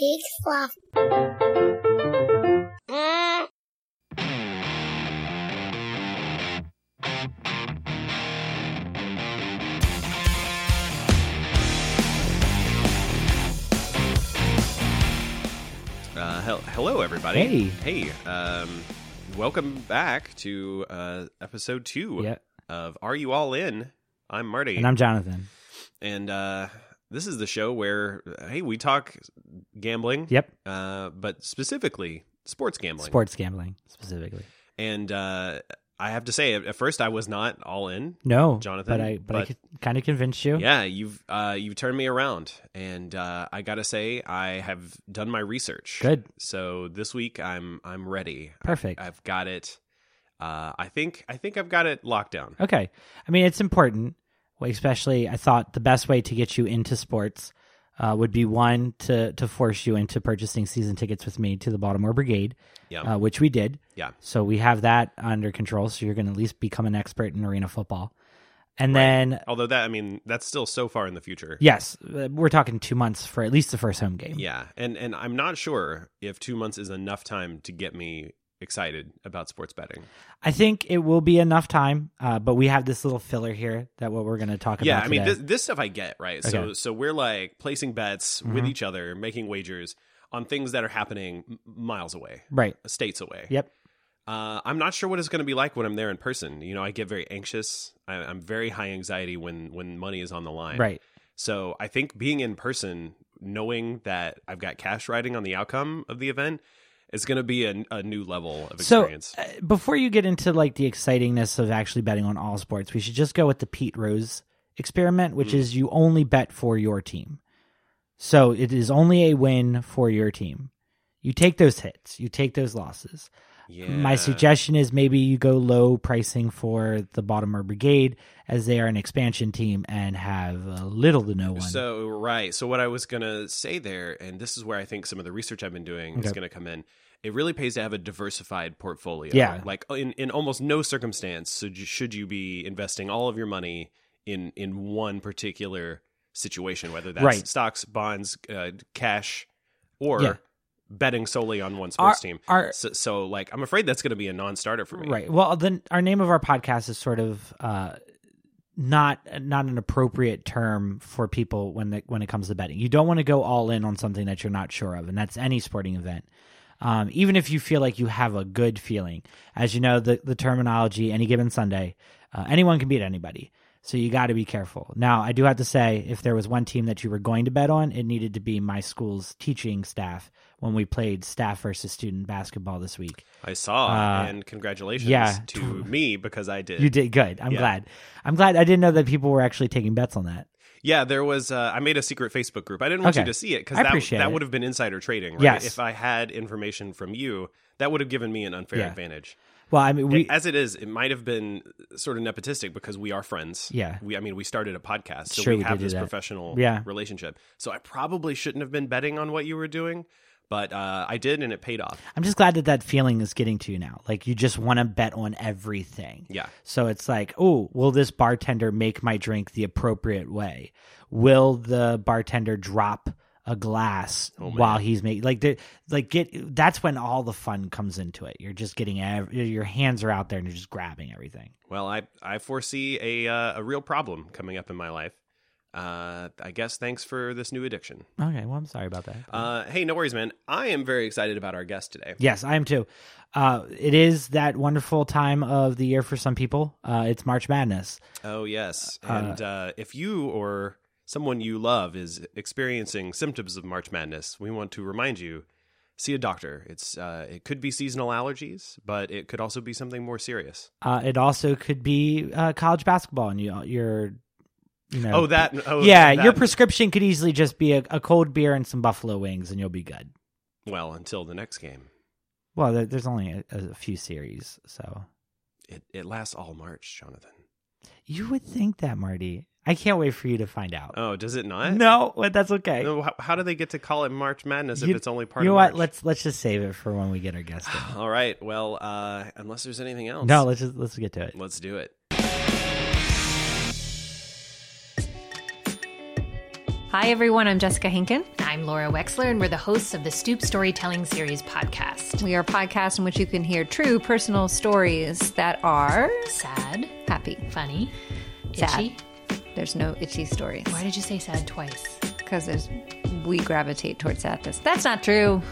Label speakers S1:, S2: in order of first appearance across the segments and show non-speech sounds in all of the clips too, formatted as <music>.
S1: big sloth. Ah.
S2: Uh, hel- hello, everybody. Hey. Um, welcome back to uh, episode two
S3: Yeah.
S2: of Are You All In? I'm Marty.
S3: And I'm Jonathan.
S2: And, uh, this is the show where, hey, we talk gambling,
S3: Yep.
S2: uh, but specifically sports gambling.
S3: Sports gambling specifically.
S2: And uh, I have to say, at at first, I was not all in.
S3: No,
S2: Jonathan,
S3: But I but, I
S2: but-
S3: could kind of convinced you.
S2: Yeah, you've uh, you've turned me around, and uh, I gotta say, I have done my research.
S3: Good.
S2: So this week, I'm I'm ready.
S3: Perfect.
S2: I've got it. Uh, I think I think I've got it locked down.
S3: okay. I mean, it's important, well, especially I thought the best way to get you into sports uh, would be one to to force you into purchasing season tickets with me to the Baltimore Brigade,
S2: Yeah.
S3: uh, which we did.
S2: Yeah.
S3: So we have that under control. So you're going to at least become an expert in arena football, and
S2: Right.
S3: then
S2: Although that I mean that's still so far in the future.
S3: yes, uh, we're talking two months for at least the first home game.
S2: Yeah. And and I'm not sure if 2 months is enough time to get me excited about sports betting.
S3: I think it will be enough time, uh, but we have this little filler here that what we're going to talk
S2: yeah,
S3: about.
S2: I mean
S3: today.
S2: this, this stuff I get, right? So
S3: Okay.
S2: so we're like placing bets with
S3: Mhm.
S2: each other, making wagers on things that are happening m- miles away,
S3: right?
S2: states away.
S3: Yep.
S2: Uh, I'm not sure what it's going to be like when I'm there in person. You know, I get very anxious. I, I'm very high anxiety when when money is on the line.
S3: Right.
S2: So I think being in person, knowing that I've got cash riding on the outcome of the event, is going to be a, a new level of
S3: So
S2: experience.
S3: uh, before you get into like the excitingness of actually betting on all sports, we should just go with the Pete Rose experiment, which
S2: Mm.
S3: is you only bet for your team. So it is only a win for your team. You take those hits, you take those losses.
S2: yeah.
S3: My suggestion is maybe you go low pricing for the Baltimore Brigade as they are an expansion team and have uh, little to no one.
S2: So right. So what I was going to say there, and this is where I think some of the research I've been doing is
S3: Okay.
S2: going to come in. It really pays to have a diversified portfolio.
S3: Yeah.
S2: Like uh, in, in almost no circumstance should you, should you be investing all of your money in in one particular situation, whether that's
S3: Right.
S2: stocks, bonds, uh, cash, or
S3: Yeah.
S2: betting solely on one sports team.
S3: Our,
S2: So, so like, I'm afraid that's going to be a non-starter for me.
S3: Right. Well, then our name of our podcast is sort of uh, not not an appropriate term for people when it, when it comes to betting. You don't want to go all in on something that you're not sure of, and that's any sporting event. Um, even if you feel like you have a good feeling, as you know, the the terminology any given Sunday, uh, anyone can beat anybody. So you got to be careful. Now, I do have to say, if there was one team that you were going to bet on, it needed to be my school's teaching staff when we played staff versus student basketball this week.
S2: I saw,
S3: Uh,
S2: and congratulations
S3: yeah.
S2: to me because I did.
S3: You did good. I'm
S2: Yeah.
S3: glad. I'm glad. I didn't know that people were actually taking bets on that.
S2: Yeah, there was. Uh, I made a secret Facebook group. I didn't want you
S3: Okay.
S2: to see it because
S3: I
S2: that
S3: appreciate
S2: that
S3: it.
S2: would have been insider trading. Right?
S3: Yes.
S2: If I had information from you, that would have given me an unfair
S3: Yeah.
S2: advantage.
S3: Well, I mean, we.
S2: As it is, it might have been sort of nepotistic because we are friends.
S3: Yeah.
S2: We, I mean, we started a podcast, so
S3: Sure,
S2: we
S3: we
S2: have
S3: did do
S2: this
S3: that.
S2: professional
S3: Yeah.
S2: relationship. So I probably shouldn't have been betting on what you were doing, but uh, I did, and it paid off.
S3: I'm just glad that that feeling is getting to you now. Like you just want to bet on everything.
S2: Yeah.
S3: So it's like, oh, will this bartender make my drink the appropriate way? Will the bartender drop a glass
S2: Oh,
S3: while he's making like the like get that's when all the fun comes into it. You're just getting ev- your hands are out there and you're just grabbing everything.
S2: Well, I I foresee a uh, a real problem coming up in my life. Uh, I guess thanks for this new addiction.
S3: Okay, well, I'm sorry about that.
S2: Uh, hey, no worries, man. I am very excited about our guest today.
S3: Yes, I am too. Uh, it is that wonderful time of the year for some people. Uh, it's March Madness.
S2: Oh, yes. And uh, if you or someone you love is experiencing symptoms of March Madness, we want to remind you see a doctor. It's uh, It could be seasonal allergies, but it could also be something more serious.
S3: Uh, it also could be uh, college basketball, and you, you're, you know,
S2: Oh, that. Oh,
S3: yeah,
S2: that-
S3: your prescription could easily just be a, a cold beer and some buffalo wings, and you'll be good.
S2: well, until the next game.
S3: Well, there, there's only a, a few series, so
S2: It, it lasts all March, Jonathan.
S3: you would think that, Marty. I can't wait for you to find out.
S2: Oh, does it not?
S3: no, but that's okay.
S2: No, how, how do they get to call it March Madness if
S3: You-
S2: it's only part
S3: you know
S2: of
S3: what?
S2: March?
S3: Let's let's just save it for when we get our guest.
S2: <sighs>
S3: in.
S2: All right. Well, uh, unless there's anything else.
S3: no, let's just let's get to it.
S2: Let's do it.
S4: Hi, everyone. I'm Jessica Hinkin.
S1: I'm Laura Wexler, and we're the hosts of the Stoop Storytelling Series podcast.
S4: We are a podcast in which you can hear true personal stories that are
S1: Sad,
S4: happy.
S1: funny, itchy.
S4: Sad. There's no itchy stories
S1: Why did you say sad twice?
S4: because there's we gravitate towards sadness. That's not true.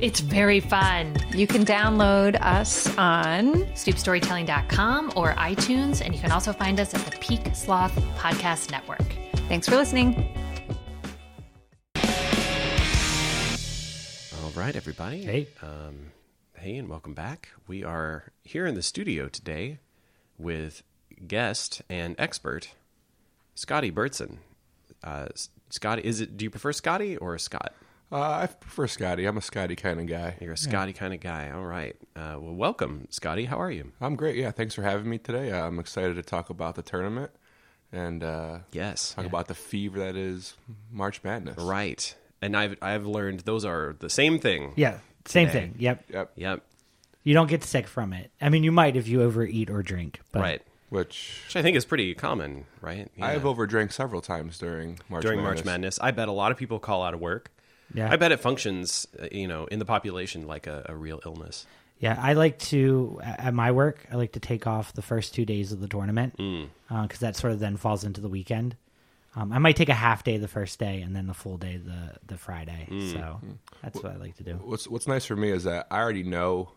S1: It's very fun.
S4: You can download us on
S1: StoopStorytelling.com or iTunes, and you can also find us at the Peak Sloth Podcast Network.
S4: Thanks for listening.
S2: All right, everybody.
S3: Hey.
S2: Um, hey, and welcome back. We are here in the studio today with guest and expert Scotty Bertson. Uh, S- Scotty, is it? Do you prefer Scotty or Scott?
S5: Uh, I prefer Scotty. I'm a Scotty kind of guy.
S2: You're a Scotty kind of guy. All right. Uh, well, welcome, Scotty. How are you?
S5: I'm great. Yeah, thanks for having me today. Uh, I'm excited to talk about the tournament and uh,
S2: Yes.
S5: talk about the fever that is March Madness.
S2: Right. And I've I've learned those are the same thing.
S3: Yeah, same thing. Yep.
S5: Yep.
S2: Yep.
S3: You don't get sick from it. I mean, you might if you overeat or drink. But
S2: Right.
S5: Which
S2: Which I think is pretty common, right? Yeah.
S5: I have overdrank several times during March
S2: during
S5: Madness.
S2: March Madness. I bet a lot of people call out of work.
S3: Yeah.
S2: I bet it functions, uh, you know, in the population like a, a real illness.
S3: Yeah, I like to a- at my work. I like to take off the first two days of the tournament
S5: Hmm.
S3: because that sort of then falls into the weekend. Um, I might take a half day the first day and then the full day the the Friday.
S5: Hmm.
S3: So that's what I like to do.
S5: What's What's nice for me is that I already know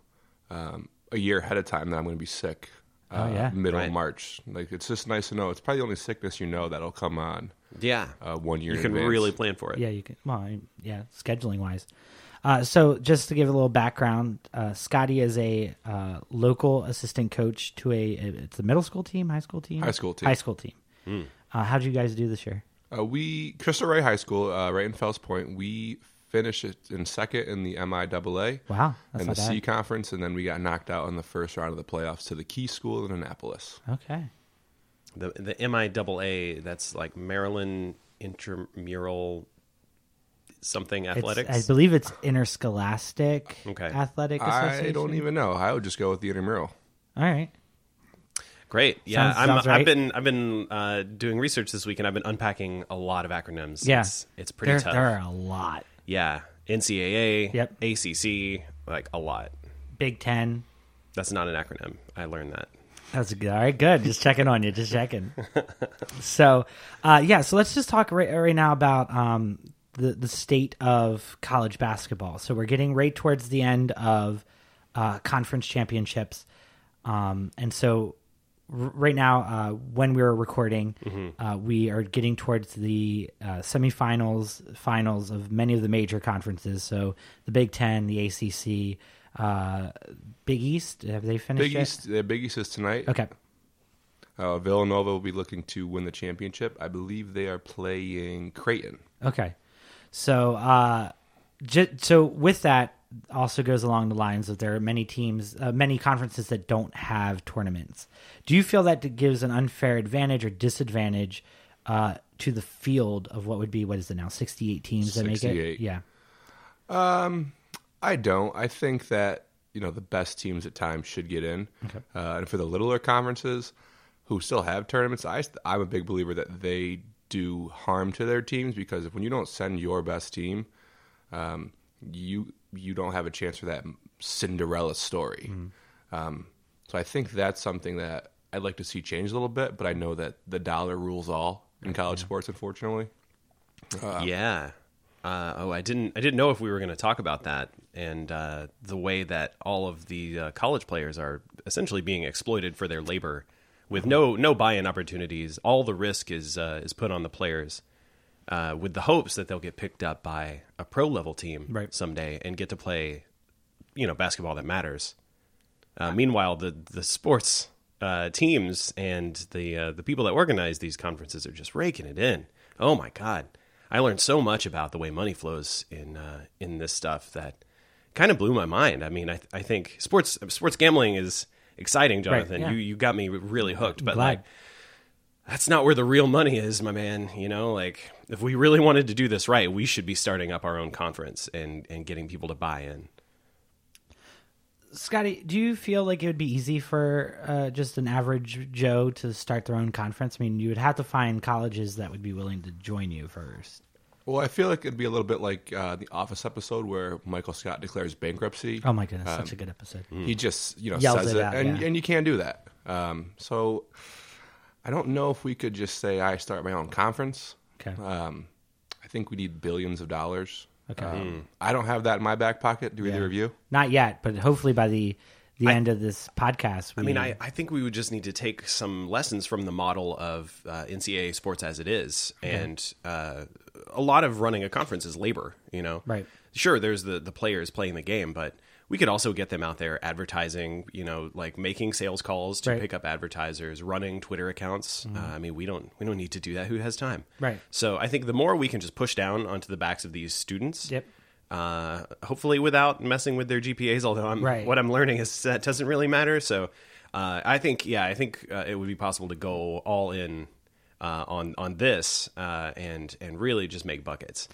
S5: um, a year ahead of time that I'm going to be sick. Uh,
S3: yeah.
S5: middle
S2: Oh, Right.
S5: of March. Like it's just nice to know. It's probably the only sickness you know that'll come on
S2: Yeah.
S5: uh, one year.
S2: you
S5: in
S2: can
S5: advance.
S2: really plan for it.
S3: Yeah, you can. Well, I- yeah, scheduling wise. Uh, so just to give a little background, uh, Scotty is a uh, local assistant coach to a it's the middle school team, high school team,
S5: High school team. Hmm.
S3: high school team. Uh, how did you guys do this year?
S5: Uh, we Crystal Ray High School, uh, right in Fells Point, we finished it in second in the MIAA.
S3: Wow, that's
S5: and the
S3: not bad.
S5: C conference, and then we got knocked out in the first round of the playoffs to the Key School in Annapolis.
S3: Okay.
S2: The the MIAA, that's like Maryland Intramural something
S3: It's-
S2: athletics.
S3: I believe it's interscholastic
S2: Okay.
S3: athletic association.
S5: I don't even know. I would just go with the intramural.
S3: All right.
S2: Great. Yeah.
S3: Sounds-
S2: I'm, I've
S3: sounds right.
S2: been I've been uh, doing research this week and I've been unpacking a lot of acronyms.
S3: Yeah.
S2: It's, it's pretty
S3: there,
S2: tough.
S3: there are a lot.
S2: Yeah. NCAA,
S3: Yep.
S2: ACC, like a lot.
S3: Big Ten.
S2: That's not an acronym. I learned that.
S3: That's good. All right, good. Just checking on you. Just checking. so, uh, yeah. So let's just talk right, right now about um, the the state of college basketball. So we're getting right towards the end of uh, conference championships, um, and so r- right now, uh, when we were recording,
S5: Mm-hmm.
S3: uh, we are getting towards the uh, semifinals, finals of many of the major conferences. So the Big Ten, the ACC, uh, Big East. Have they finished?
S5: Big
S3: yet?
S5: East, the Big East is tonight.
S3: Okay.
S5: Uh, Villanova will be looking to win the championship. I believe they are playing Creighton.
S3: Okay. So, uh, j- so with that also goes along the lines that there are many teams, uh, many conferences that don't have tournaments. Do you feel that gives an unfair advantage or disadvantage uh, to the field of what would be what is it now sixty eight teams that make it?
S5: 68.
S3: Yeah.
S5: I don't. I think that you know the best teams at times should get in, uh, and for the littler conferences who still have tournaments, I st- I'm a big believer that they do harm to their teams because if, when you don't send your best team, um, you you don't have a chance for that Cinderella story. Um, so I think that's something that I'd like to see change a little bit, but I know that the dollar rules all in college sports, unfortunately.
S2: yeah. Uh, oh, I didn't. I didn't know if we were going to talk about that and uh, the way that all of the uh, college players are essentially being exploited for their labor, with no no buy-in opportunities. All the risk is uh, is put on the players, uh, with the hopes that they'll get picked up by a pro level team
S3: Right.
S2: someday and get to play, you know, basketball that matters. Uh, meanwhile, the the sports uh, teams and the uh, the people that organize these conferences are just raking it in. Oh my god! I learned so much about the way money flows in uh, in this stuff that kind of blew my mind. I mean, I I think sports sports gambling is exciting, Jonathan.
S3: yeah.
S2: You you got me really hooked, but
S3: glad.
S2: like that's not where the real money is, my man. You know, like if we really wanted to do this right, we should be starting up our own conference and and getting people to buy in.
S3: Scotty, do you feel like it would be easy for uh, just an average Joe to start their own conference? I mean, you would have to find colleges that would be willing to join you first.
S5: Well, I feel like it'd be a little bit like uh, the Office episode where Michael Scott declares bankruptcy.
S3: Oh my goodness, such a good episode.
S5: He just you know
S3: Yells
S5: says
S3: it
S5: it,
S3: out,
S5: and
S3: yeah.
S5: and you can't do that. Um, so I don't know if we could just say I start my own conference.
S3: Okay.
S5: Um, I think we need billions of dollars. Okay. I don't have that in my back pocket. Do either of you?
S3: Not yet, but hopefully by the the end of this podcast. We,
S2: I mean, I, I think we would just need to take some lessons from the model of uh, NCAA sports as it is, and uh, a lot of running a conference is labor. You know,
S3: Right.
S2: Sure, there's the the players playing the game, but we could also get them out there advertising. You know, like making sales calls to
S3: Right. Mm.
S2: pick up advertisers, running Twitter accounts. Uh, I mean, we don't we don't need to do that. Who has time?
S3: Right.
S2: So I think the more we can just push down onto the backs of these students.
S3: Yep.
S2: Uh, hopefully without messing with their GPAs. Although I'm
S3: Right.
S2: what I'm learning is that doesn't really matter. So uh, I think yeah, I think uh, it would be possible to go all in uh, on on this uh, and and really just make buckets.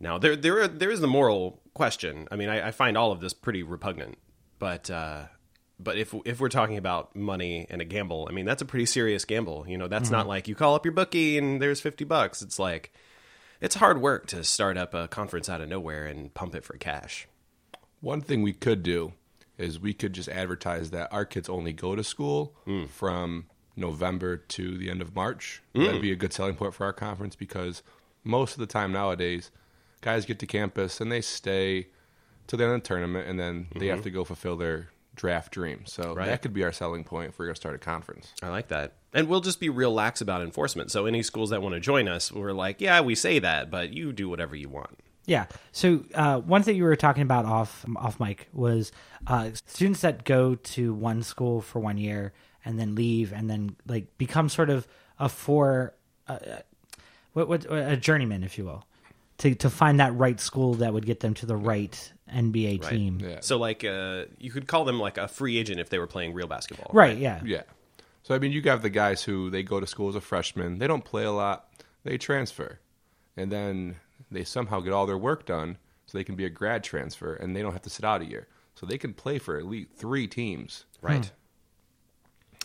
S2: Now there there are, there is the moral question. I mean, I, I find all of this pretty repugnant, but. Uh, but if if we're talking about money and a gamble, I mean that's a pretty serious gamble. You know, that's not like you call up your bookie and there's fifty bucks. It's like it's hard work to start up a conference out of nowhere and pump it for cash.
S5: One thing we could do is we could just advertise that our kids only go to school from November to the end of March. That'd be a good selling point for our conference because most of the time nowadays, guys get to campus and they stay till the end of the tournament and then they have to go fulfill their draft dream. So that could be our selling point if we're going to start a conference.
S2: I like that. And we'll just be real lax about enforcement. So any schools that want to join us, we're like, yeah, we say that, but you do whatever you want.
S3: Yeah. So uh, one thing you were talking about off off mic was uh, students that go to one school for one year and then leave and then like become sort of a for uh, what, what a journeyman, if you will, to to find that right school that would get them to the right NBA team.
S5: Yeah.
S2: So like, uh, you could call them like a free agent if they were playing real basketball.
S3: Right. Yeah.
S5: Yeah. So I mean, you have the guys who they go to school as a freshman, they don't play a lot, they transfer, and then they somehow get all their work done, so they can be a grad transfer, and they don't have to sit out a year, so they can play for at least three teams.
S2: Right.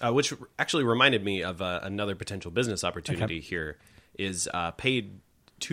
S3: Hmm.
S2: Uh, which actually reminded me of uh, another potential business opportunity here is uh, paid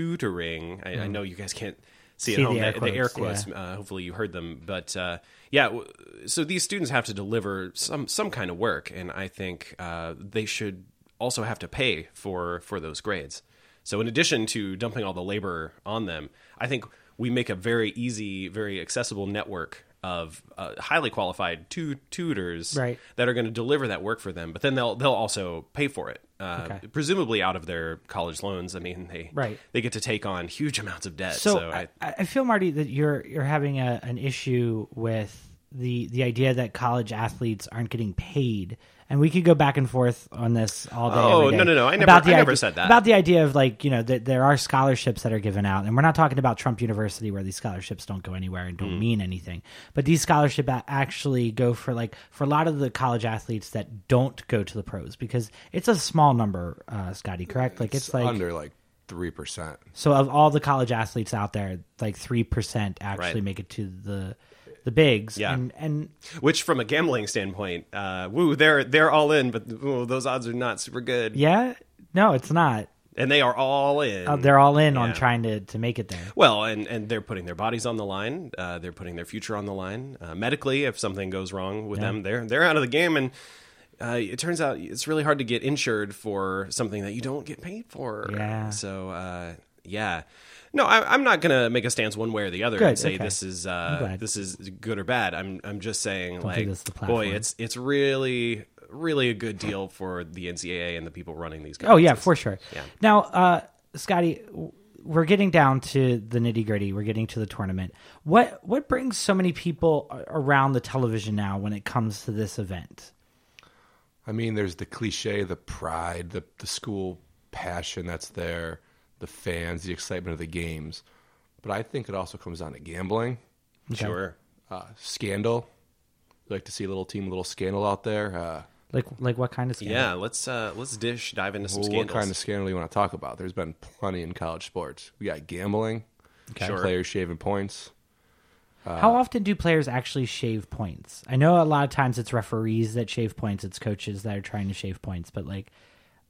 S2: tutoring. I, I know you guys can't see,
S3: Hmm. See
S2: it at home,
S3: the
S2: the
S3: air
S2: the air
S3: quotes,
S2: quotes. Uh, hopefully you heard them. But uh, yeah, w- so these students have to deliver some, some kind of work, and I think uh, they should also have to pay for, for those grades. So in addition to dumping all the labor on them, I think we make a very easy, very accessible network of uh, highly qualified tu- tutors
S3: Right.
S2: that are going to deliver that work for them, but then they'll they'll also pay for it, uh,
S3: Okay.
S2: presumably out of their college loans. I mean, they
S3: Right.
S2: they get to take on huge amounts of debt. So,
S3: So,
S2: I,
S3: I, I I feel Marty that you're you're having a, an issue with the the idea that college athletes aren't getting paid, and we could go back and forth on this all day.
S2: Oh,
S3: every day
S2: no, no, no. I never- I never
S3: idea-
S2: said that.
S3: about the idea of like you know that there are scholarships that are given out, and we're not talking about Trump University where these scholarships don't go anywhere and don't
S2: Mm.
S3: mean anything, but these scholarships actually go for like for a lot of the college athletes that don't go to the pros because it's a small number, uh, Scotty. Correct? Like it's, like
S5: under like three percent.
S3: so of all the college athletes out there, like three percent actually
S2: Right.
S3: make it to the the bigs.
S2: Yeah.
S3: and, and
S2: which from a gambling standpoint, uh, woo, they're they're all in, but ooh, those odds are not super good,
S3: yeah, no, it's not.
S2: and they are all in.
S3: Uh, They're all in on
S2: Mm. Yeah.
S3: trying to to make it there.
S2: well, and, and they're putting their bodies on the line. Uh, they're putting their future on the line. Uh, medically, if something goes wrong with them, they're they're out of the game. And uh, it turns out it's really hard to get insured for something that you don't get paid for.
S3: Yeah.
S2: So uh, yeah, no, I, I'm not gonna make a stance one way or the other
S3: Good,
S2: and say
S3: okay.
S2: this is uh,
S3: glad.
S2: this is good or bad. I'm I'm just saying like,
S3: this is the platform.
S2: boy, it's it's really really a good deal for the NCAA and the people running these.
S3: Oh yeah,
S2: conferences.
S3: for sure. Now, uh, Scotty, w- we're getting down to the nitty gritty. We're getting to the tournament. What what brings so many people a- around the television now when it comes to this event?
S5: I mean, there's the cliche, the pride, the the school passion that's there, the fans, the excitement of the games, but I think it also comes down to gambling.
S2: sure.
S5: uh, scandal. We like to see a little team, a little scandal out there. Uh,
S3: Like like what kind of scandal?
S2: Yeah, let's uh, let's dish dive into some
S5: well, what
S2: scandals.
S5: kind of scandal you want to talk about? There's been plenty in college sports. We got gambling,
S2: Sure.
S5: players shaving points.
S3: How often do players actually shave points? I know a lot of times it's referees that shave points, it's coaches that are trying to shave points, but like,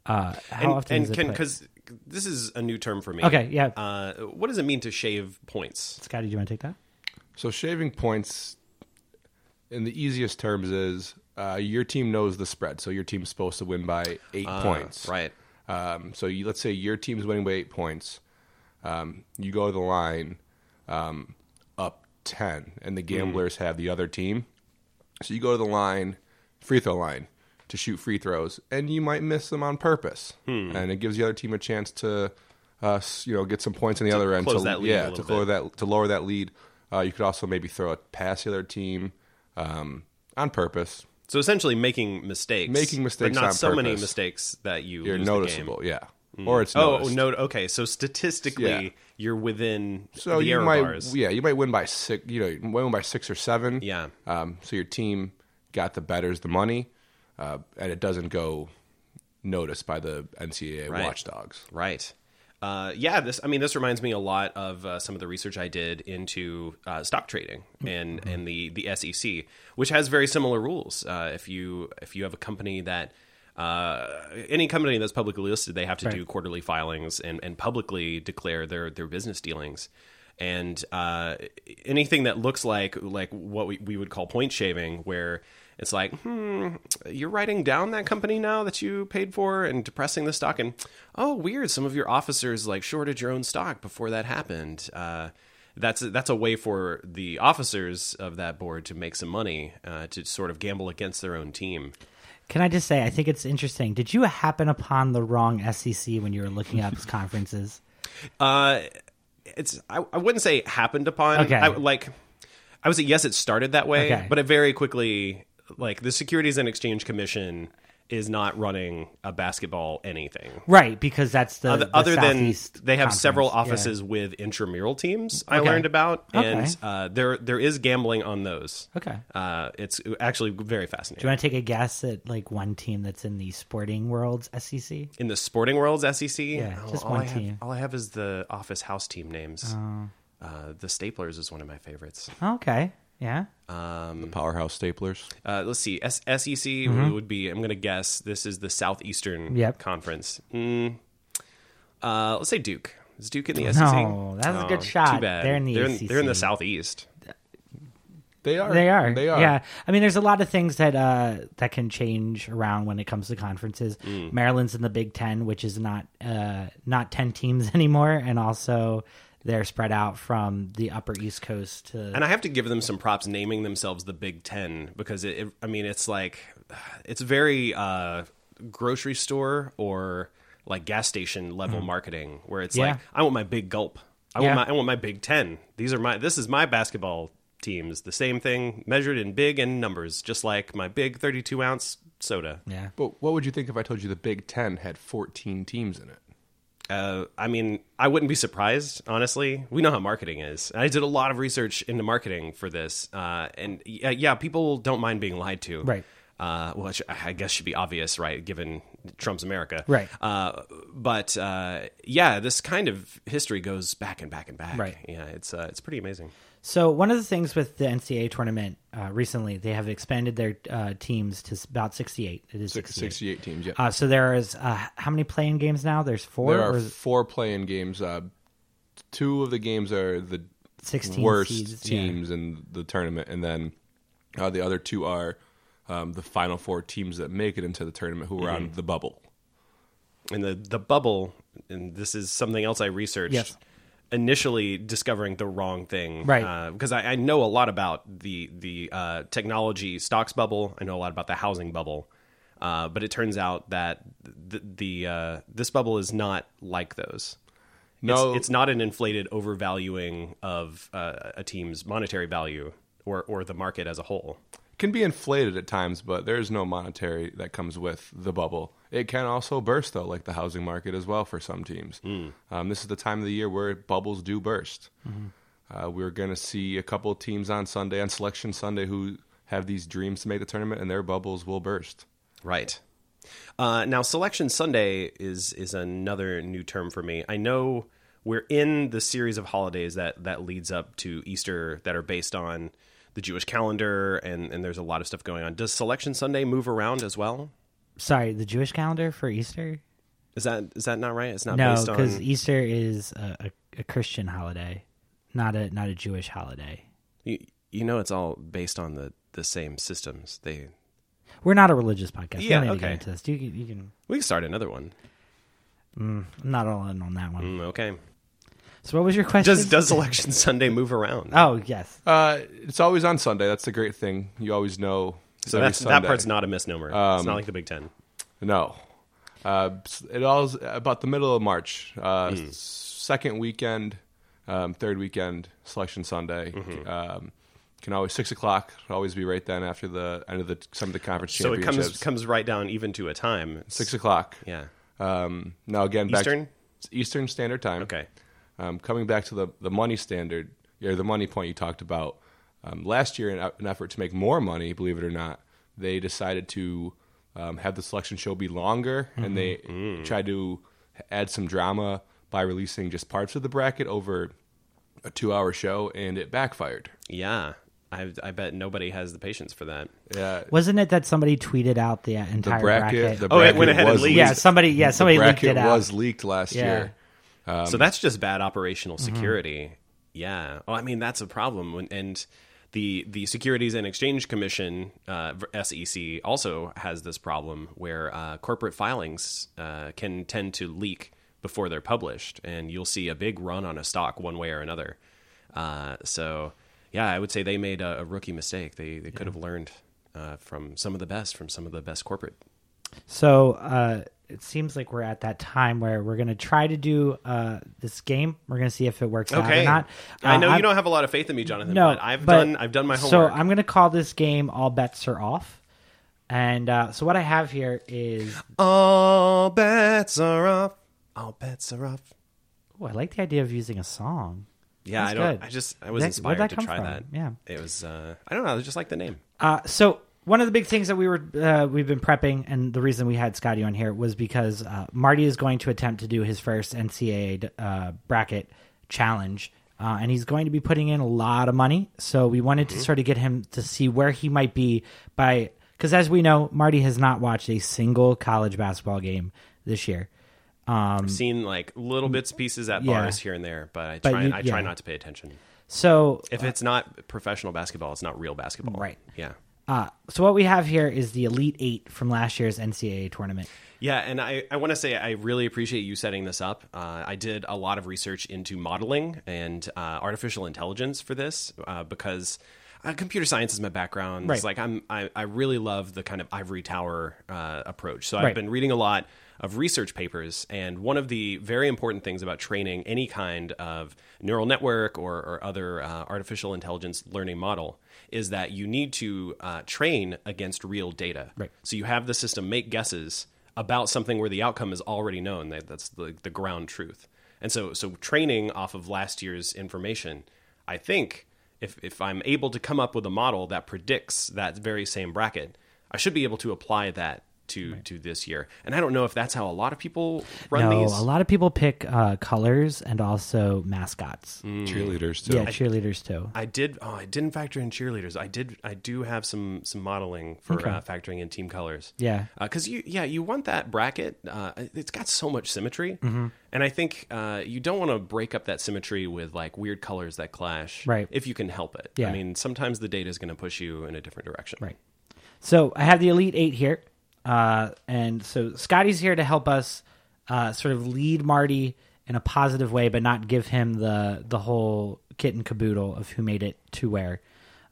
S3: uh, how
S2: and,
S3: often
S2: and
S3: is it
S2: can
S3: play-
S2: because this is a new term for me.
S3: Okay, yeah.
S2: Uh, what does it mean to shave points?
S3: Scotty, do you want to take that?
S5: So shaving points, in the easiest terms, is uh, your team knows the spread. So your team's supposed to win by eight points.
S2: Uh, Right.
S5: Um, so you, let's say your team's winning by eight points. Um, you go to the line um, up 10, and the
S2: Hmm.
S5: gamblers have the other team. So you go to the line, free throw line, to shoot free throws, and you might miss them on purpose.
S2: Hmm.
S5: And it gives the other team a chance to, uh, s- you know, get some points on the other end.
S2: close
S5: to,
S2: that lead a
S5: yeah, to
S2: little
S5: lower
S2: bit.
S5: that to lower that lead. Uh, you could also maybe throw a pass the other team um, on purpose.
S2: So essentially, making mistakes,
S5: Making mistakes
S2: but not
S5: on
S2: so many
S5: purpose.
S2: mistakes that you
S5: You're
S2: lose
S5: noticeable,
S2: The game.
S5: yeah. Or it's
S2: Oh,
S5: noticed.
S2: no. Okay, so statistically,
S5: Yeah.
S2: you're within
S5: So
S2: the
S5: you
S2: error
S5: might,
S2: bars.
S5: yeah, you might win by six. You know, you might win by six or seven.
S2: Yeah.
S5: Um, so your team got the betters the money, uh, and it doesn't go noticed by the NCAA
S2: Right.
S5: watchdogs.
S2: Right. Uh, yeah, this. I mean, this reminds me a lot of uh, some of the research I did into uh, stock trading and and the the SEC, which has very similar rules. Uh, if you if you have a company that uh, any company that's publicly listed, they have to do quarterly filings and, and publicly declare their their business dealings. And uh, anything that looks like like what we, we would call point shaving, where it's like, hmm, you're writing down that company now that you paid for and depressing the stock. And oh, weird, some of your officers like shorted your own stock before that happened. Uh, that's that's a way for the officers of that board to make some money uh, to sort of gamble against their own team.
S3: Can I just say, I think it's interesting. Did you happen upon the wrong SEC when you were
S2: <laughs>
S3: looking up conferences?
S2: Uh, it's I, I wouldn't say happened upon.
S3: Okay.
S2: I, like I would say yes, it started that way,
S3: Okay.
S2: but it very quickly like the Securities and Exchange Commission is not running a basketball anything.
S3: Right, because that's the,
S2: other,
S3: the
S2: other than
S3: Southeast
S2: they have
S3: Conference.
S2: several
S3: Yeah.
S2: offices with intramural teams. I
S3: Okay.
S2: learned about, and
S3: Okay.
S2: uh, there there is gambling on those.
S3: Okay.
S2: uh, it's actually very
S3: Do
S2: fascinating.
S3: you want to take a guess at like one team that's in the sporting world's E SEC?
S2: In the sporting world's E SEC, yeah,
S3: just
S2: Oh, all
S3: one
S2: I have,
S3: team. Oh.
S2: All I have is the office house team names. Uh, the Staplers is one of my favorites.
S3: Okay. Yeah.
S5: The powerhouse staplers.
S2: Uh, let's see, S- SEC would be. I'm going to guess this is the Southeastern
S3: Mm-hmm. Yep.
S2: Conference. Mm, uh, let's say Duke. Is Duke in the SEC?
S3: No, that's a good
S2: Oh, Too
S3: shot.
S2: bad.
S3: They're in the E
S2: they're they're in the
S3: ACC.
S2: Southeast.
S5: They are.
S3: They are.
S5: They are.
S3: Yeah. I mean, there's a lot of things that uh, that can change around when it comes to conferences.
S5: Mm.
S3: Maryland's in the Big Ten, which is not uh, not ten teams <laughs> anymore, and also they're spread out from the Upper East Coast to.
S2: And I have to give them some props naming themselves the Big Ten because it, it- I mean, it's like, it's very uh, grocery store or like gas station level marketing where it's
S3: Hmm. Yeah.
S2: like, I want my big gulp. I
S3: Yeah.
S2: want my I want my Big Ten. These are my this is my basketball teams. The same thing measured in big and numbers, just like my big thirty-two ounce soda.
S3: yeah.
S5: But what would you think if I told you the Big Ten had 14 teams in it?
S2: Uh, I mean, I wouldn't be surprised, honestly. We know how marketing is. I did a lot of research into marketing for this, uh, and yeah, yeah, people don't mind being lied to,
S3: Right.
S2: Uh, which I guess should be obvious, right? Given Trump's America,
S3: Right.
S2: Uh, but uh, yeah, this kind of history goes back and back and back,
S3: Right.
S2: Yeah, it's uh, it's pretty amazing.
S3: So one of the things with the NCAA tournament uh, recently, they have expanded their uh, teams to s- about 68. It is 68.
S5: 68 teams, yeah.
S3: Uh, so there is uh, how many playing games now? There's four.
S5: there
S3: or
S5: are
S3: is it
S5: four playing games. Uh, two of the games are the
S3: 16
S5: worst
S3: seeds, yeah.
S5: teams in the tournament, and then uh, the other two are um, the final four teams that make it into the tournament who are on the bubble.
S2: and the the bubble and this is something else i researched
S3: Yes.
S2: initially discovering the wrong thing
S3: Right.
S2: uh, because I, I know a lot about the the uh, technology stocks bubble i know a lot about the housing bubble uh, but it turns out that the, the uh, this bubble is not like those
S5: No,
S2: it's, it's not an inflated overvaluing of uh, a team's monetary value or, or the market as a whole
S5: can be inflated at times, but there's no monetary that comes with the bubble. It can also burst though, like the housing market as well for some teams. Um, this is the time of the year where bubbles do burst. Uh, we're going to see a couple teams on Sunday on Selection Sunday who have these dreams to make the tournament, and their bubbles will burst.
S2: Right. Uh, now, Selection Sunday is is another new term for me. I know we're in the series of holidays that that leads up to Easter that are based on the Jewish calendar, and and there's a lot of stuff going on. Does Selection Sunday move around as well?
S3: Sorry, the Jewish calendar for Easter.
S2: Is that is that not right? It's not
S3: no,
S2: uh, based
S3: because
S2: on.
S3: Easter is a, a, a Christian holiday, not a not a Jewish holiday.
S2: you, you know, it's all based on the the same systems. They
S3: We're not a religious podcast.
S2: Yeah,
S3: we don't need
S2: okay.
S3: to get into this. You, can- you can.
S2: we can start another one.
S3: I'm not all in on that one.
S2: Mm, okay.
S3: So, what was your question?
S2: Does does election <laughs> Sunday move around?
S3: oh yes,
S5: Uh, it's always on Sunday. That's the great thing. You always know. it's
S2: so Um,
S5: every
S2: that's, that
S5: Sunday.
S2: part's not a misnomer. it's not like the Big Ten.
S5: No. Uh, it all's about the middle of March, uh,
S2: Hmm.
S5: second weekend, um, third weekend, Selection Sunday.
S2: Mm-hmm.
S5: Um, can always six o'clock. Always be right then after the end of the some of the conference
S2: So it
S5: championships.
S2: comes comes right down even to a time. It's-
S5: six o'clock.
S2: Yeah.
S5: Um, now again, back
S2: Eastern?
S5: Eastern Standard Time.
S2: Okay.
S5: Um, coming back to the, the money standard or the money point you talked about um, last year, in a- an effort to make more money, believe it or not, they decided to um, have the selection show be longer,
S2: Mm-hmm.
S5: and they
S2: Mm.
S5: tried to add some drama by releasing just parts of the bracket over a two-hour show, and it backfired.
S2: Yeah. I I bet nobody has the patience for that.
S5: Yeah,
S3: wasn't it that somebody tweeted out the uh, entire
S5: bracket- the
S2: Oh, it went
S5: bracket
S2: ahead and
S5: was
S2: leaked.
S3: yeah, somebody. Yeah, somebody
S5: the
S3: leaked
S5: bracket
S3: it out.
S5: was leaked last
S3: Yeah.
S5: year.
S3: Um,
S2: so that's just bad operational
S3: Mm-hmm.
S2: security. Yeah. Well, I mean that's a problem. When, and the the Securities and Exchange Commission uh, SEC also has this problem where uh, corporate filings uh, can tend to leak before they're published, and you'll see a big run on a stock one way or another. Uh, so yeah, I would say they made a, a rookie mistake. They they could have learned uh, from some of the best, from some of the best corporate.
S3: So uh, it seems like we're at that time where we're going to try to do uh, this game. We're going to see if it works out or not.
S2: I
S3: Uh,
S2: know
S3: I'm-
S2: you don't have a lot of faith in me, Jonathan.
S3: No,
S2: but I've
S3: but-
S2: done I've done my homework.
S3: So I'm going to call this game "All Bets Are Off." And uh, so what I have here is,
S2: All bets are off. All bets are off.
S3: oh, I like the idea of using a song.
S2: Yeah,
S3: That's
S2: I don't.
S3: good.
S2: I just I was
S3: That- where'd
S2: inspired
S3: that
S2: to
S3: come
S2: try
S3: from?
S2: that.
S3: Yeah.
S2: it was. Uh, I don't know. I just like the name.
S3: Uh, so one of the big things that we were uh, we've been prepping, and the reason we had Scotty on here was because uh, Marty is going to attempt to do his first NCAA uh, bracket challenge, uh, and he's going to be putting in a lot of money. So we wanted
S2: Mm-hmm.
S3: to sort of get him to see where he might be by because, as we know, Marty has not watched a single college basketball game this year.
S2: I've seen like little bits pieces at
S3: Mm. Yeah.
S2: bars here and there, but I
S3: But
S2: try.
S3: you-
S2: I try
S3: yeah.
S2: not to pay attention.
S3: So
S2: If it's not professional basketball, it's not real basketball.
S3: Right.
S2: Yeah.
S3: uh, so what we have here is the Elite Eight from last year's NCAA tournament.
S2: Yeah, and I, I want to say I really appreciate you setting this up. Uh, I did a lot of research into modeling and uh, artificial intelligence for this uh, because uh, computer science is my background. It's
S3: Right.
S2: like I'm I, I really love the kind of ivory tower uh, approach. So I've
S3: Right.
S2: been reading a lot of research papers, and one of the very important things about training any kind of neural network or, or other uh, artificial intelligence learning model is that you need to uh, train against real data.
S3: Right.
S2: So you have the system make guesses about something where the outcome is already known. That that's the, the ground truth. And so so training off of last year's information, I think if if I'm able to come up with a model that predicts that very same bracket, I should be able to apply that to to this year. And I don't know if that's how a lot of people run
S3: no,
S2: these.
S3: a lot of people pick uh, colors and also mascots.
S2: Mm-hmm. Mm.
S5: Cheerleaders too.
S3: Yeah, cheerleaders too.
S2: I did. Oh, I didn't factor in cheerleaders. I did. I do have some some modeling for uh, factoring in team colors.
S3: Yeah.
S2: because you yeah you want that bracket. Uh, it's got so much symmetry,
S3: Mm-hmm.
S2: and I think uh, you don't want to break up that symmetry with like weird colors that clash.
S3: Right.
S2: If you can help it.
S3: Yeah.
S2: I mean, sometimes the data is going to push you in a different direction.
S3: Right. So I have the Elite Eight here. Uh, and so Scotty's here to help us uh, sort of lead Marty in a positive way, but not give him the, the whole kit and caboodle of who made it to where.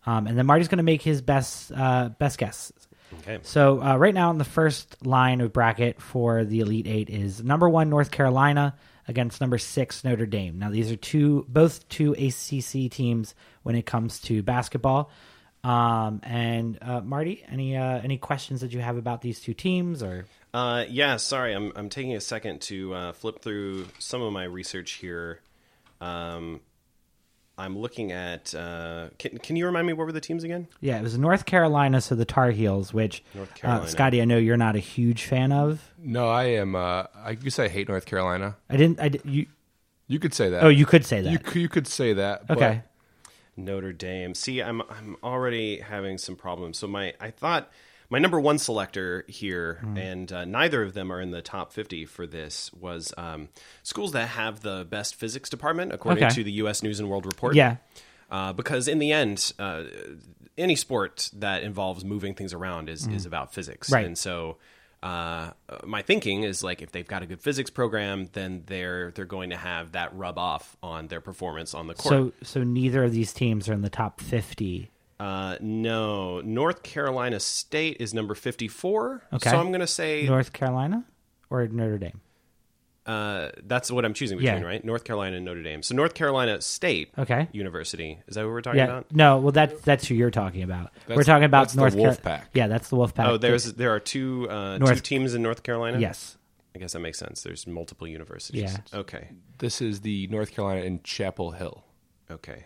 S3: Um, and then Marty's going to make his best uh, best guess.
S2: Okay.
S3: So uh, right now in the first line of bracket for the Elite Eight is number one North Carolina against number six Notre Dame. Now these are two both two ACC teams when it comes to basketball. Um, and uh, Marty, any uh, any questions that you have about these two teams or
S2: Uh, yeah, sorry, I'm I'm taking a second to uh, flip through some of my research here. Um, I'm looking at. Uh, can Can you remind me what were the teams again?
S3: yeah, it was North Carolina, so the Tar Heels, which
S2: North
S3: uh,
S2: Carolina.
S3: Scotty, I know you're not a huge fan of.
S5: No, I am. Uh, I you say I hate North Carolina.
S3: I didn't. I di- you.
S5: You could say that.
S3: Oh, you could say that.
S5: You, c- you could say that. but
S3: okay.
S2: Notre Dame. See, I'm I'm already having some problems. So my I thought my number one selector here,
S3: Mm-hmm.
S2: and uh, neither of them are in the top 50 for this, was um, schools that have the best physics department, according
S3: Okay.
S2: to the U.S. News and World Report.
S3: Yeah.
S2: Uh, because in the end, uh, any sport that involves moving things around is, is about physics.
S3: Mm. Right.
S2: And so uh, my thinking is like if they've got a good physics program, then they're they're going to have that rub off on their performance on the court.
S3: So so neither of these teams are in the top 50.
S2: Uh, no, North Carolina State is number 54.
S3: Okay.
S2: So I'm going to say
S3: North Carolina or Notre Dame?
S2: uh, that's what I'm choosing between,
S3: Yeah.
S2: right? North Carolina and Notre Dame. So North Carolina State
S3: Okay.
S2: University. Is that what we're talking
S3: yeah.
S2: about?
S3: No, well that's that's who you're talking about. We're
S5: That's-
S3: talking about
S5: that's the
S3: North Carolina.
S5: Wolfpack.
S3: Yeah, that's the Wolfpack.
S2: Oh, there's there are two uh, two
S3: North-
S2: teams in North Carolina.
S3: Yes.
S2: I guess that makes sense. There's multiple universities.
S3: Yeah.
S2: Okay.
S5: This is the North Carolina in Chapel Hill.
S2: Okay.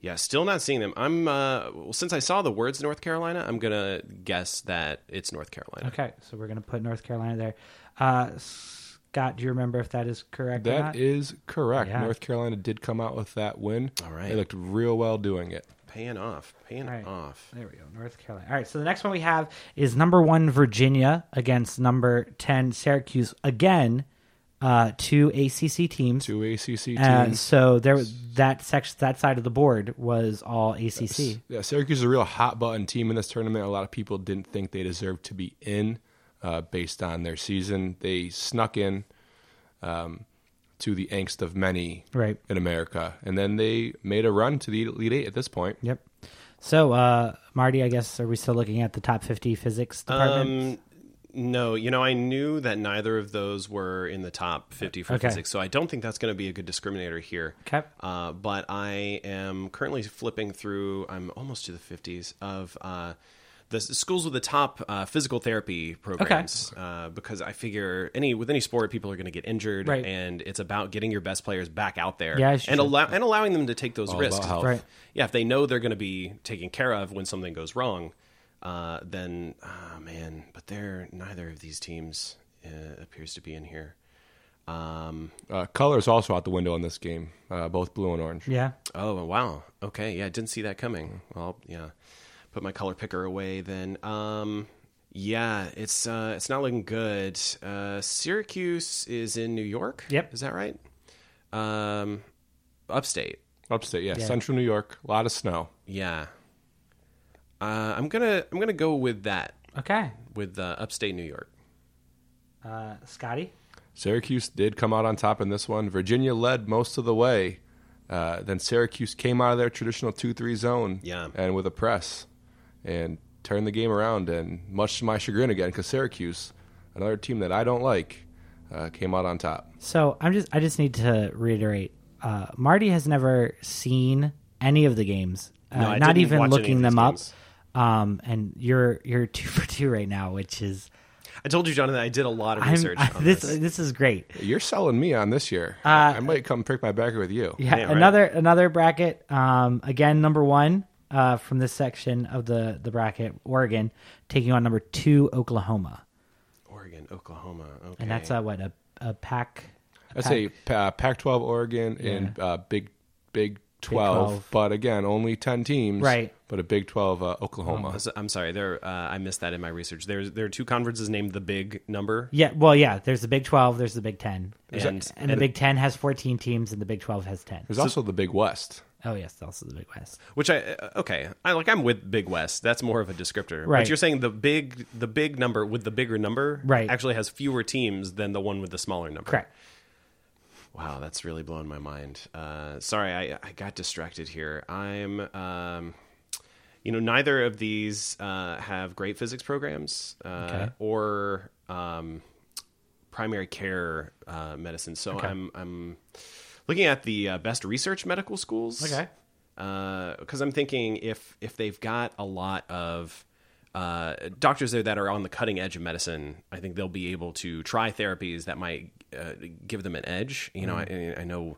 S2: Yeah, still not seeing them. I'm uh well, since I saw the words North Carolina, I'm going to guess that it's North Carolina.
S3: Okay, so we're going to put North Carolina there. Uh, Scott, do you remember if that is correct or
S5: That
S3: not?
S5: is correct.
S3: Yeah.
S5: North Carolina did come out with that win.
S2: All right.
S5: They looked real well doing it.
S2: Paying off. Paying
S3: All right.
S2: off.
S3: There we go, North Carolina. All right, so the next one we have is number one Virginia against number ten Syracuse again, uh, two ACC teams.
S5: Two ACC teams.
S3: And so there, was- that section, that side of the board was all ACC.
S5: Yeah, Syracuse is a real hot button team in this tournament. A lot of people didn't think they deserved to be in uh, based on their season. They snuck in um, to the angst of many
S3: Right.
S5: in America, and then they made a run to the Elite Eight at this point.
S3: Yep. So, uh, Marty, I guess are we still looking at the top fifty physics
S2: Um,
S3: department?
S2: No, you know, I knew that neither of those were in the top 50 for
S3: Okay.
S2: physics, so I don't think that's going to be a good discriminator here.
S3: Okay.
S2: Uh, but I am currently flipping through, I'm almost to the 50s, of uh, the s- schools with the top uh, physical therapy programs. Uh, because I figure any with any sport, people are going to get injured,
S3: Right.
S2: and it's about getting your best players back out there
S3: Yeah,
S2: and,
S3: sure.
S2: allow- and allowing them to take those
S5: All about
S2: risks.
S5: health.
S3: Right.
S2: Yeah, if they know they're going to be taken care of when something goes wrong, uh, then ah man. But they're neither of these teams uh, appears to be in here.
S5: Uh, colors also out the window in this game, uh, both blue and orange.
S3: yeah.
S2: Oh wow. Okay. Yeah, I didn't see that coming. Well, yeah. Put my color picker away then. Um, yeah, it's uh, it's not looking good. Uh, Syracuse is in New York.
S3: Yep.
S2: Is that right? Um, upstate.
S5: Upstate, yeah, Central New York, a lot of snow.
S2: Yeah. Uh, I'm gonna I'm gonna go with that
S3: Okay,
S2: with uh, upstate New York.
S3: uh, Scotty.
S5: Syracuse did come out on top in this one. Virginia led most of the way. Uh, then Syracuse came out of their traditional 2 3 zone
S2: Yeah.
S5: and with a press and turned the game around. And much to my chagrin again, because Syracuse, another team that I don't like, uh, came out on top.
S3: So I'm just I just need to reiterate. Uh, Marty has never seen any of the games, uh,
S2: No, I
S3: not
S2: didn't
S3: even
S2: watch any
S3: looking
S2: of these
S3: them up.
S2: games.
S3: Um, and you're you're <laughs> two for two right now, which is
S2: I told you, Jonathan, I did a lot of
S3: I'm,
S2: research.
S3: I-
S2: on
S3: <laughs> this
S2: this,
S3: this is great.
S5: You're selling me on this year. I might come prick my backer with you.
S3: Yeah,
S2: Yeah, right.
S3: another another bracket. Um, again, number one uh, from this section of the the bracket, Oregon taking on number two Oklahoma,
S2: Oregon, Oklahoma. Okay.
S3: and that's a what a a pack.
S5: I say uh, Pac 12 Oregon and uh, Big Big 12,
S3: 12.
S5: but again, only 10 teams.
S3: Right.
S5: But a Big 12 uh, Oklahoma.
S2: So- I'm sorry, there. Uh, I missed that in my research. There's there are two conferences named the Big Number.
S3: Yeah, well, yeah. There's the Big Twelve. There's the Big Ten,
S2: There's
S3: and,
S2: a-
S3: and the Big Ten has 14 teams, and the Big Twelve has 10.
S5: There's also the Big West.
S3: Oh yes, also the Big West.
S2: Which I uh, okay, I like. I'm with Big West. That's more of a descriptor.
S3: Right.
S2: But you're saying the big the big number with the bigger number
S3: Right.
S2: actually has fewer teams than the one with the smaller number.
S3: Correct.
S2: Wow, that's really blowing my mind. Uh, sorry, I, I got distracted here. I'm, um, you know, neither of these uh, have great physics programs uh, or um, primary care uh, medicine. So I'm, I'm looking at the uh, best research medical schools.
S3: Okay.
S2: Because I'm thinking if if they've got a lot of uh, doctors there that are on the cutting edge of medicine, I think they'll be able to try therapies that might uh, give them an edge. You know, I, I know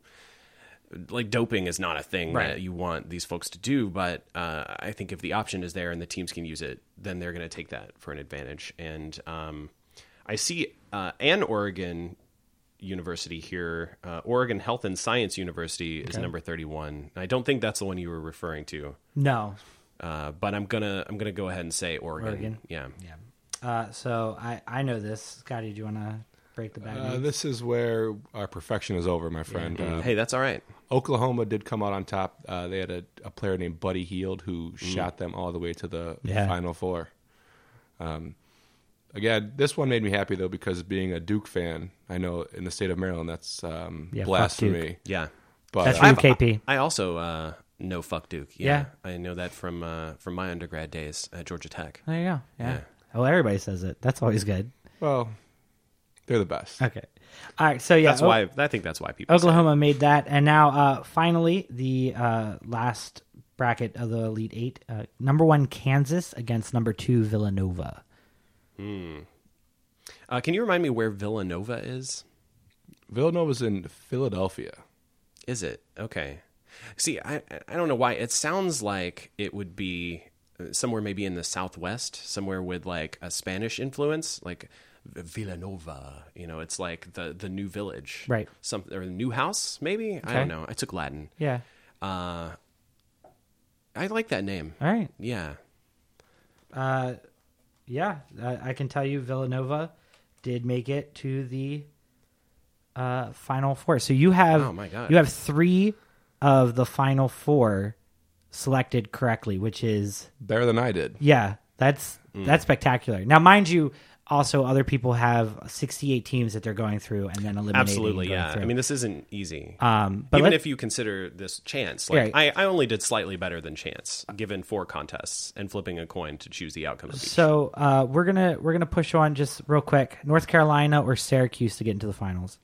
S2: like doping is not a thing
S3: Right.
S2: that you want these folks to do, but uh, I think if the option is there and the teams can use it, then they're going to take that for an advantage. And um, I see uh, an Oregon university here, uh, Oregon Health and Science University is number 31. And I don't think that's the one you were referring to.
S3: No,
S2: Uh, but I'm gonna I'm gonna go ahead and say Oregon.
S3: Oregon?
S2: Yeah.
S3: Yeah. Uh, so I, I know this. Scotty, do you want to break the bad
S5: Uh,
S3: news?
S5: this is where our perfection is over, my friend.
S3: Mm-hmm.
S5: Uh,
S2: Hey, that's all right.
S5: Oklahoma did come out on top. Uh, they had a, a player named Buddy Heald who shot them all the way to
S3: Mm.
S5: the
S3: Yeah.
S5: Final Four. Um, again, this one made me happy though because being a Duke fan, I know in the state of Maryland that's um,
S3: Yeah, fuck
S5: blasphemy.
S2: Yeah.
S5: But
S3: That's
S5: uh,
S3: from KP.
S2: I also uh, know fuck Duke. Yeah, I know that from uh, from my undergrad days at Georgia Tech.
S3: There you go. Yeah. Well, everybody says it. That's always good.
S5: well, they're the best.
S3: Okay. All right. So yeah,
S2: That's
S3: O-
S2: why I think that's why people. say it.
S3: Oklahoma made that, and now uh, finally the uh, last bracket of the Elite Eight. Uh, number one Kansas against number two Villanova.
S2: Uh, can you remind me where Villanova is?
S5: Villanova's in Philadelphia.
S2: Is it okay? See, I I don't know why it sounds like it would be uh, somewhere maybe in the Southwest, somewhere with like a Spanish influence, like V- Villanova. You know, it's like the the new village,
S3: Right.
S2: Some or the new house, maybe. I
S3: Okay.
S2: don't know. I took Latin.
S3: Yeah.
S2: I like that name.
S3: All right.
S2: Yeah,
S3: Yeah, I, I can tell you Villanova did make it to the uh, final four. So you have
S2: Oh, my God.
S3: you have three of the final four selected correctly, which is
S5: Better than I did.
S3: yeah, that's
S2: Mm.
S3: that's spectacular. Now, mind you, also other people have sixty eight teams that they're going through and then eliminating.
S2: absolutely.
S3: and going
S2: Yeah,
S3: through.
S2: I mean, this isn't easy.
S3: um, but
S2: even
S3: let-
S2: if you consider this chance, like
S3: Right.
S2: I, I only did slightly better than chance, given four contests and flipping a coin to choose the outcome of each.
S3: so uh, we're gonna we're gonna push on just real quick. North Carolina or Syracuse to get into the finals.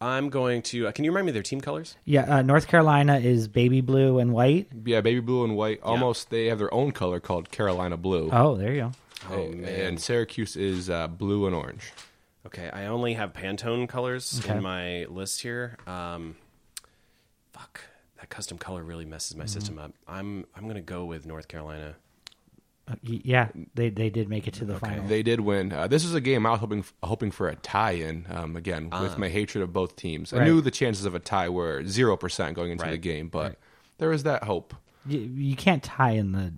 S2: I'm going to. Uh, can you remind me their team colors?
S3: Yeah, uh, North Carolina is baby blue and white.
S5: Yeah, baby blue and white. Almost they have their own color called Carolina blue.
S3: Oh, there you go.
S2: Oh,
S5: And-
S2: man.
S5: And Syracuse is uh, blue and orange.
S2: Okay, I only have Pantone colors
S3: Okay.
S2: in my list here. Um, fuck, that custom color really messes
S3: Mm-hmm.
S2: my system up. I'm I'm gonna go with North Carolina.
S3: Uh, Y- Yeah, they they did make it to the final.
S5: They did win. Uh, this is a game I was hoping hoping for a tie-in. Um, again, with my hatred of both teams, I
S3: Ah. Right.
S5: knew the chances of a tie were zero percent going into the
S2: Right.
S5: game, but there is that hope.
S3: you, you can't tie in the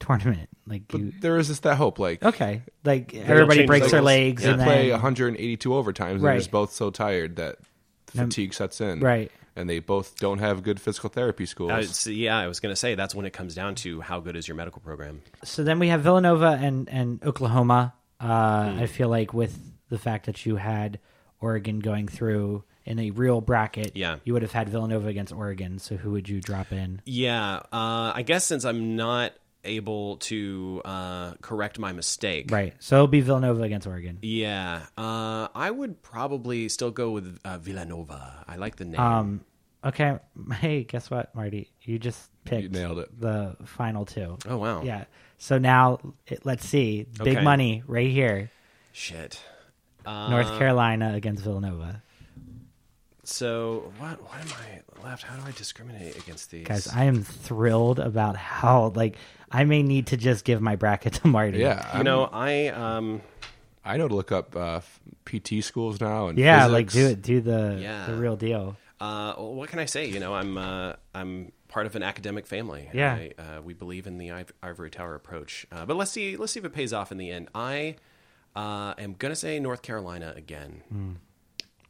S3: tournament. Like you,
S5: There is just that hope. Like
S3: okay, like everybody
S2: change
S3: breaks their
S2: those.
S3: legs
S5: they
S3: and
S5: play
S3: then
S5: 182 overtimes, and they're
S3: Right.
S5: just both so tired that fatigue sets in.
S3: Right.
S5: and they both don't have good physical therapy schools.
S2: I was- yeah, I was gonna say that's when it comes down to how good is your medical program.
S3: so then we have Villanova and and Oklahoma. Uh, I feel like with the fact that you had Oregon going through in a real bracket,
S2: Yeah.
S3: you would have had Villanova against Oregon. So who would you drop in?
S2: Yeah, uh, I guess since I'm not able to uh, correct my mistake,
S3: Right. So it'll be Villanova against Oregon.
S2: Yeah, uh, I would probably still go with uh, Villanova. I like the name.
S3: Um. Okay. <laughs> Hey, guess what, Marty? You just picked
S5: You nailed it.
S3: the final two.
S2: oh wow,
S3: Yeah. So now it, let's see. Big
S2: Okay.
S3: money right here.
S2: shit.
S3: North
S2: Uh,
S3: Carolina against Villanova.
S2: So what? What am I left? How do I discriminate against these?
S3: Guys, I am thrilled about how like I may need to just give my bracket to Marty.
S5: yeah,
S2: you
S5: I'm-
S2: know, I um,
S5: I know to look up uh, f- PT schools now. And
S3: Yeah,
S5: physics.
S3: like do it, do the
S2: Yeah.
S3: the real deal.
S2: uh, well, what can I say? You know, I'm uh, I'm part of an academic family.
S3: Yeah.
S2: I, uh, we believe in the iv- ivory tower approach. Uh, but let's see, let's see if it pays off in the end. I uh, am gonna say North Carolina again.
S3: Hmm.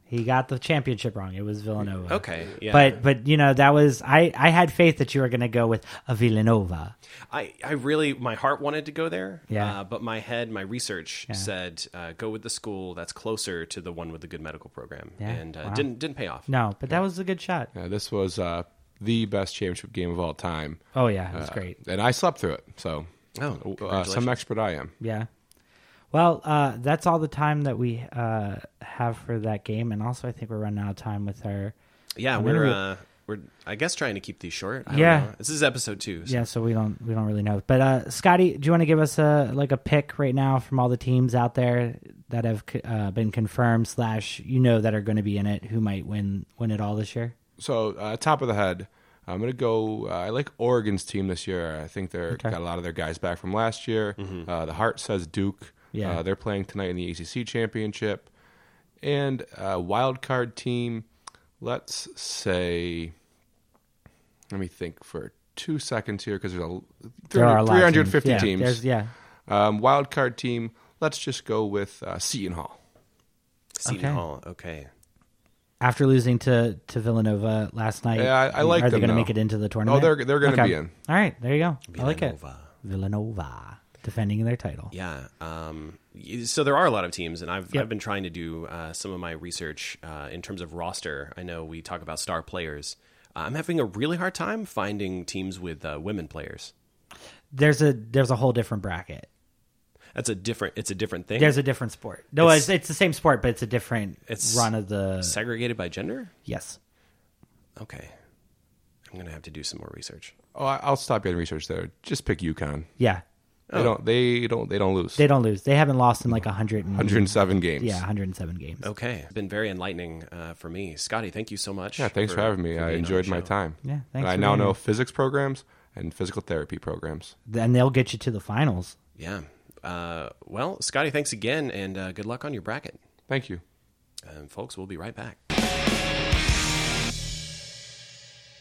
S3: He got the championship wrong. It was Villanova.
S2: Okay, yeah,
S3: But but you know that was I I had faith that you were going to go with a Villanova.
S2: I, I really my heart wanted to go there
S3: Yeah.
S2: uh, but my head my research said uh, go with the school that's closer to the one with the good medical program
S3: Yeah,
S2: and uh,
S3: wow.
S2: didn't didn't pay off
S3: No, but that was a good shot.
S5: Yeah, this was uh, the best championship game of all time.
S3: Oh yeah, it
S2: Uh,
S3: was great.
S5: Uh, and I slept through it. So,
S2: Oh,
S5: uh,
S2: congratulations.
S5: some expert I am.
S3: Yeah. Well, uh, that's all the time that we uh, have for that game, and also I think we're running out of time with our.
S2: yeah
S3: I'm
S2: we're
S3: gonna
S2: uh, we're I guess trying to keep these short I don't
S3: Yeah.
S2: know. this is episode two so-
S3: Yeah, so we don't we don't really know. But uh, Scotty, do you want to give us a like a pick right now from all the teams out there that have uh, been confirmed slash you know that are going to be in it? Who might win win it all this year?
S5: So, uh, top of the head, I'm going to go. Uh, I like Oregon's team this year. I think they're got a lot of their guys back from last year.
S2: Mm-hmm.
S5: Uh, the heart says Duke.
S3: Yeah.
S5: Uh, they're playing tonight in the ACC championship. And uh, wild card team, let's say, let me think for two seconds here because there's a
S3: There are a lot of
S5: 350
S3: teams. Yeah,
S5: teams.
S3: there's- yeah.
S5: Um, wild card team. Let's just go with uh, Seton Hall.
S2: Seton
S3: Okay.
S2: Hall. Okay.
S3: After losing to, to Villanova last night,
S5: Yeah, I- I like
S3: are they
S5: them,
S3: going to
S5: though.
S3: make it into the tournament?
S5: Oh, they're- they're gonna be in.
S3: All right, there you go. I like it.
S2: Villanova.
S3: Villanova defending their title.
S2: Yeah. Um, y- so there are a lot of teams, and I've,
S3: Yep.
S2: I've been trying to do uh, some of my research uh, in terms of roster. I know we talk about star players. Uh, I'm having a really hard time finding teams with uh, women players.
S3: There's a there's a whole different bracket.
S2: That's a different. It's a different thing.
S3: There's a different sport. No, it's,
S2: It's-
S3: it's, the same sport, but it's a different
S2: It's
S3: run of the
S2: Segregated by gender.
S3: yes.
S2: Uh, Okay. I'm gonna have to do some more research.
S5: Oh, I, I'll stop you and research there. Just pick UConn.
S3: Yeah,
S5: They don't. They don't. They don't lose.
S3: they don't lose. They haven't lost in like a hundred and Oh.
S5: 107 games.
S3: yeah, hundred and seven games.
S2: Okay, it's been very enlightening uh, for me, Scotty. Thank you so much.
S5: Yeah, thanks for, having me.
S2: for
S5: I
S2: being on
S5: enjoyed
S2: the
S5: my
S2: show.
S5: time.
S3: Yeah, thanks
S5: And I
S3: for
S5: now
S3: being
S5: know
S3: here.
S5: physics programs and physical therapy programs.
S3: Then they'll get you to the finals.
S2: Yeah. Uh, well, Scotty, thanks again, and uh, good luck on your bracket.
S5: Thank you.
S2: Um, folks, we'll be right back.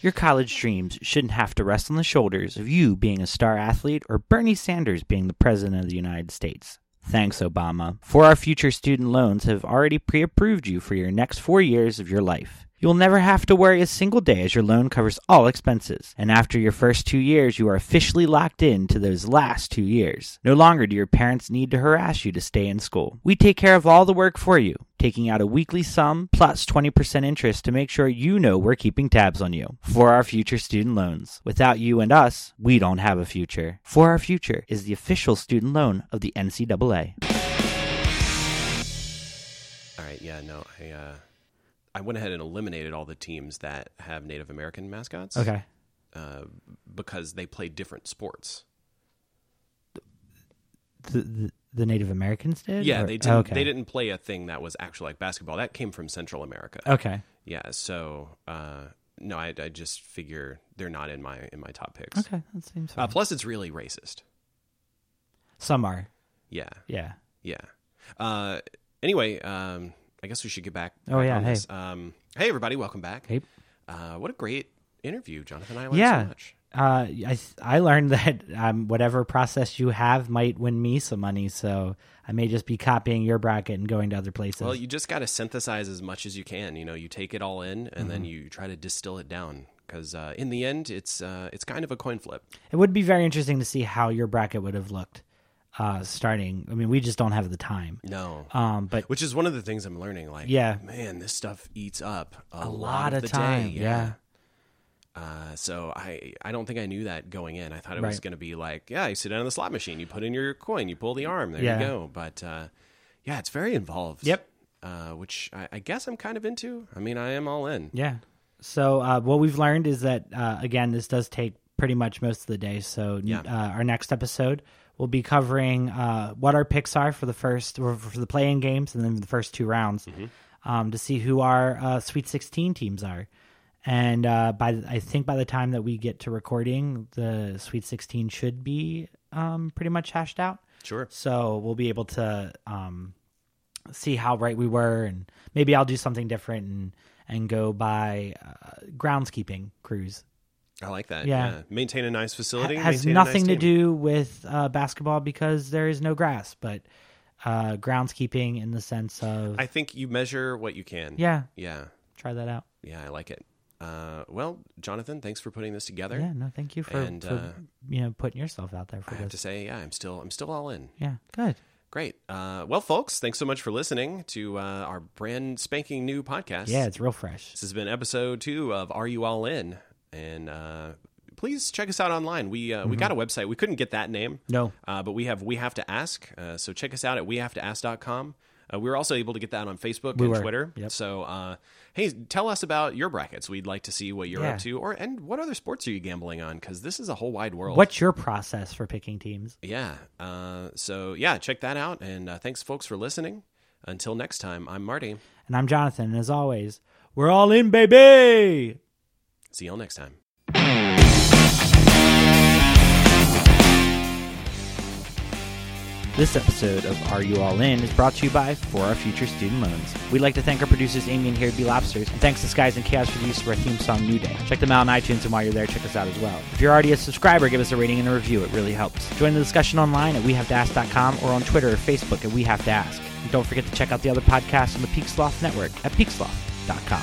S3: Your college dreams shouldn't have to rest on the shoulders of you being a star athlete or Bernie Sanders being the President of the United States. Thanks, Obama. For our future student loans have already pre approved you for your next four years of your life. You'll never have to worry a single day as your loan covers all expenses. And after your first two years, you are officially locked in to those last two years. No longer do your parents need to harass you to stay in school. We take care of all the work for you, taking out a weekly sum plus 20% interest to make sure you know we're keeping tabs on you for our future student loans. Without you and us, we don't have a future. For Our Future is the official student loan of the NCAA.
S2: All right. Yeah. No. I uh, I went ahead and eliminated all the teams that have Native American mascots. Uh, because they play different sports.
S3: The, the, the Native Americans did?
S2: Yeah,
S3: Or-
S2: they didn't.
S3: okay.
S2: They didn't play a thing that was actually like basketball. That came from Central America.
S3: Okay.
S2: Yeah. So uh, no, I, I just figure they're not in my in my top picks.
S3: Okay. That seems fine.
S2: Uh, plus, it's really racist.
S3: Some are.
S2: Yeah.
S3: Yeah.
S2: Yeah. Uh, anyway, um, I guess we should get back.
S3: Oh,
S2: back
S3: yeah,
S2: on
S3: hey.
S2: this. Um, hey everybody, welcome back.
S3: Hey.
S2: Uh, what a great interview, Jonathan. I learned
S3: Yeah.
S2: so much.
S3: Uh, I I learned <laughs> that um, whatever process you have might win me some money, so I may just be copying your bracket and going to other places.
S2: Well, you just got to synthesize as much as you can. You know, you take it all in and then
S3: Mm-hmm.
S2: you try to distill it down because uh, in the end, it's uh, it's kind of a coin flip.
S3: It would be very interesting to see how your bracket would have looked uh, starting. I mean, we just don't have the time.
S2: No.
S3: Um, but
S2: Which is one of the things I'm learning. Like,
S3: Yeah.
S2: man, this stuff eats up a,
S3: a
S2: lot,
S3: lot of
S2: the
S3: time.
S2: Day.
S3: yeah.
S2: Uh, so I I don't think I knew that going in. I thought it was
S3: Right.
S2: going to be like, yeah, you sit down on the slot machine, you put in your coin, you pull the arm, there
S3: Yeah.
S2: you go. But uh, yeah, it's very involved.
S3: Yep.
S2: Uh, which I, I guess I'm kind of into. I mean, I am all in.
S3: Yeah. So uh, what we've learned is that uh, again, this does take pretty much most of the day. So uh, our next episode will be covering uh, what our picks are for the first or for the playing games and then the first two rounds um, to see who our uh, Sweet Sixteen teams are. And uh, by the- I think by the time that we get to recording, the Sweet Sixteen should be um, pretty much hashed out.
S2: Sure.
S3: So we'll be able to um, see how right we were, and maybe I'll do something different and and go by uh, groundskeeping crews.
S2: I like that.
S3: Yeah.
S2: Maintain a nice facility.
S3: has
S2: maintain a nice
S3: nothing to
S2: team.
S3: do with uh, basketball because there is no grass, but uh, groundskeeping in the sense of
S2: I think you measure what you can.
S3: yeah,
S2: Yeah.
S3: try that out.
S2: Yeah. I like it. Uh, well, Jonathan, thanks for putting this together.
S3: Yeah, no, thank you for,
S2: And,
S3: for,
S2: uh,
S3: you know putting yourself out there for
S2: I have
S3: this.
S2: to say, yeah, I'm still I'm still all in.
S3: Yeah, good.
S2: Great. Uh, well, folks, thanks so much for listening to uh, our brand spanking new podcast.
S3: Yeah, it's real fresh.
S2: This has been episode two of Are You All In? And uh, please check us out online. We uh, we got a website. We couldn't get that name.
S3: Mm-hmm. No.
S2: Uh, but we have We Have to Ask. Uh, so check us out at wehavetoask.com. Uh, we were also able to get that on Facebook
S3: We
S2: and
S3: were.
S2: Twitter.
S3: Yep.
S2: So, uh, hey, tell us about your brackets. We'd like to see what you're
S3: Yeah.
S2: up to, or and what other sports are you gambling on? Because this is a whole wide world.
S3: What's your process for picking teams?
S2: Yeah. Uh, so yeah, check that out. And uh, thanks, folks, for listening. Until next time, I'm Marty.
S3: And I'm Jonathan, and as always, we're all in, baby.
S2: See y'all next time.
S3: This episode of Are You All In is brought to you by For Our Future Student Loans. We'd like to thank our producers Amy and Here Be Lobsters, and thanks to Skies and Chaos for the use of our theme song New Day. Check them out on iTunes, and while you're there, check us out as well. If you're already a subscriber, give us a rating and a review. It really helps. Join the discussion online at WeHaveToAsk.com or on Twitter or Facebook at We Have to Ask. And don't forget to check out the other podcasts on the Peak Sloth Network at PeakSloth.com.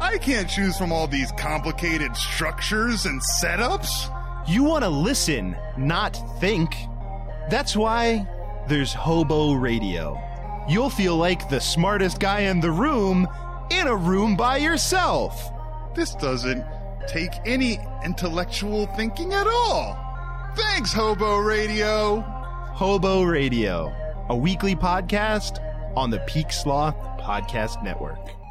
S6: I can't choose from all these complicated structures and setups.
S1: You want to listen, not think. That's why there's Hobo Radio. You'll feel like the smartest guy in the room in a room by yourself.
S6: This doesn't take any intellectual thinking at all. Thanks, Hobo Radio.
S1: Hobo Radio, a weekly podcast on the Peak Sloth Podcast Network.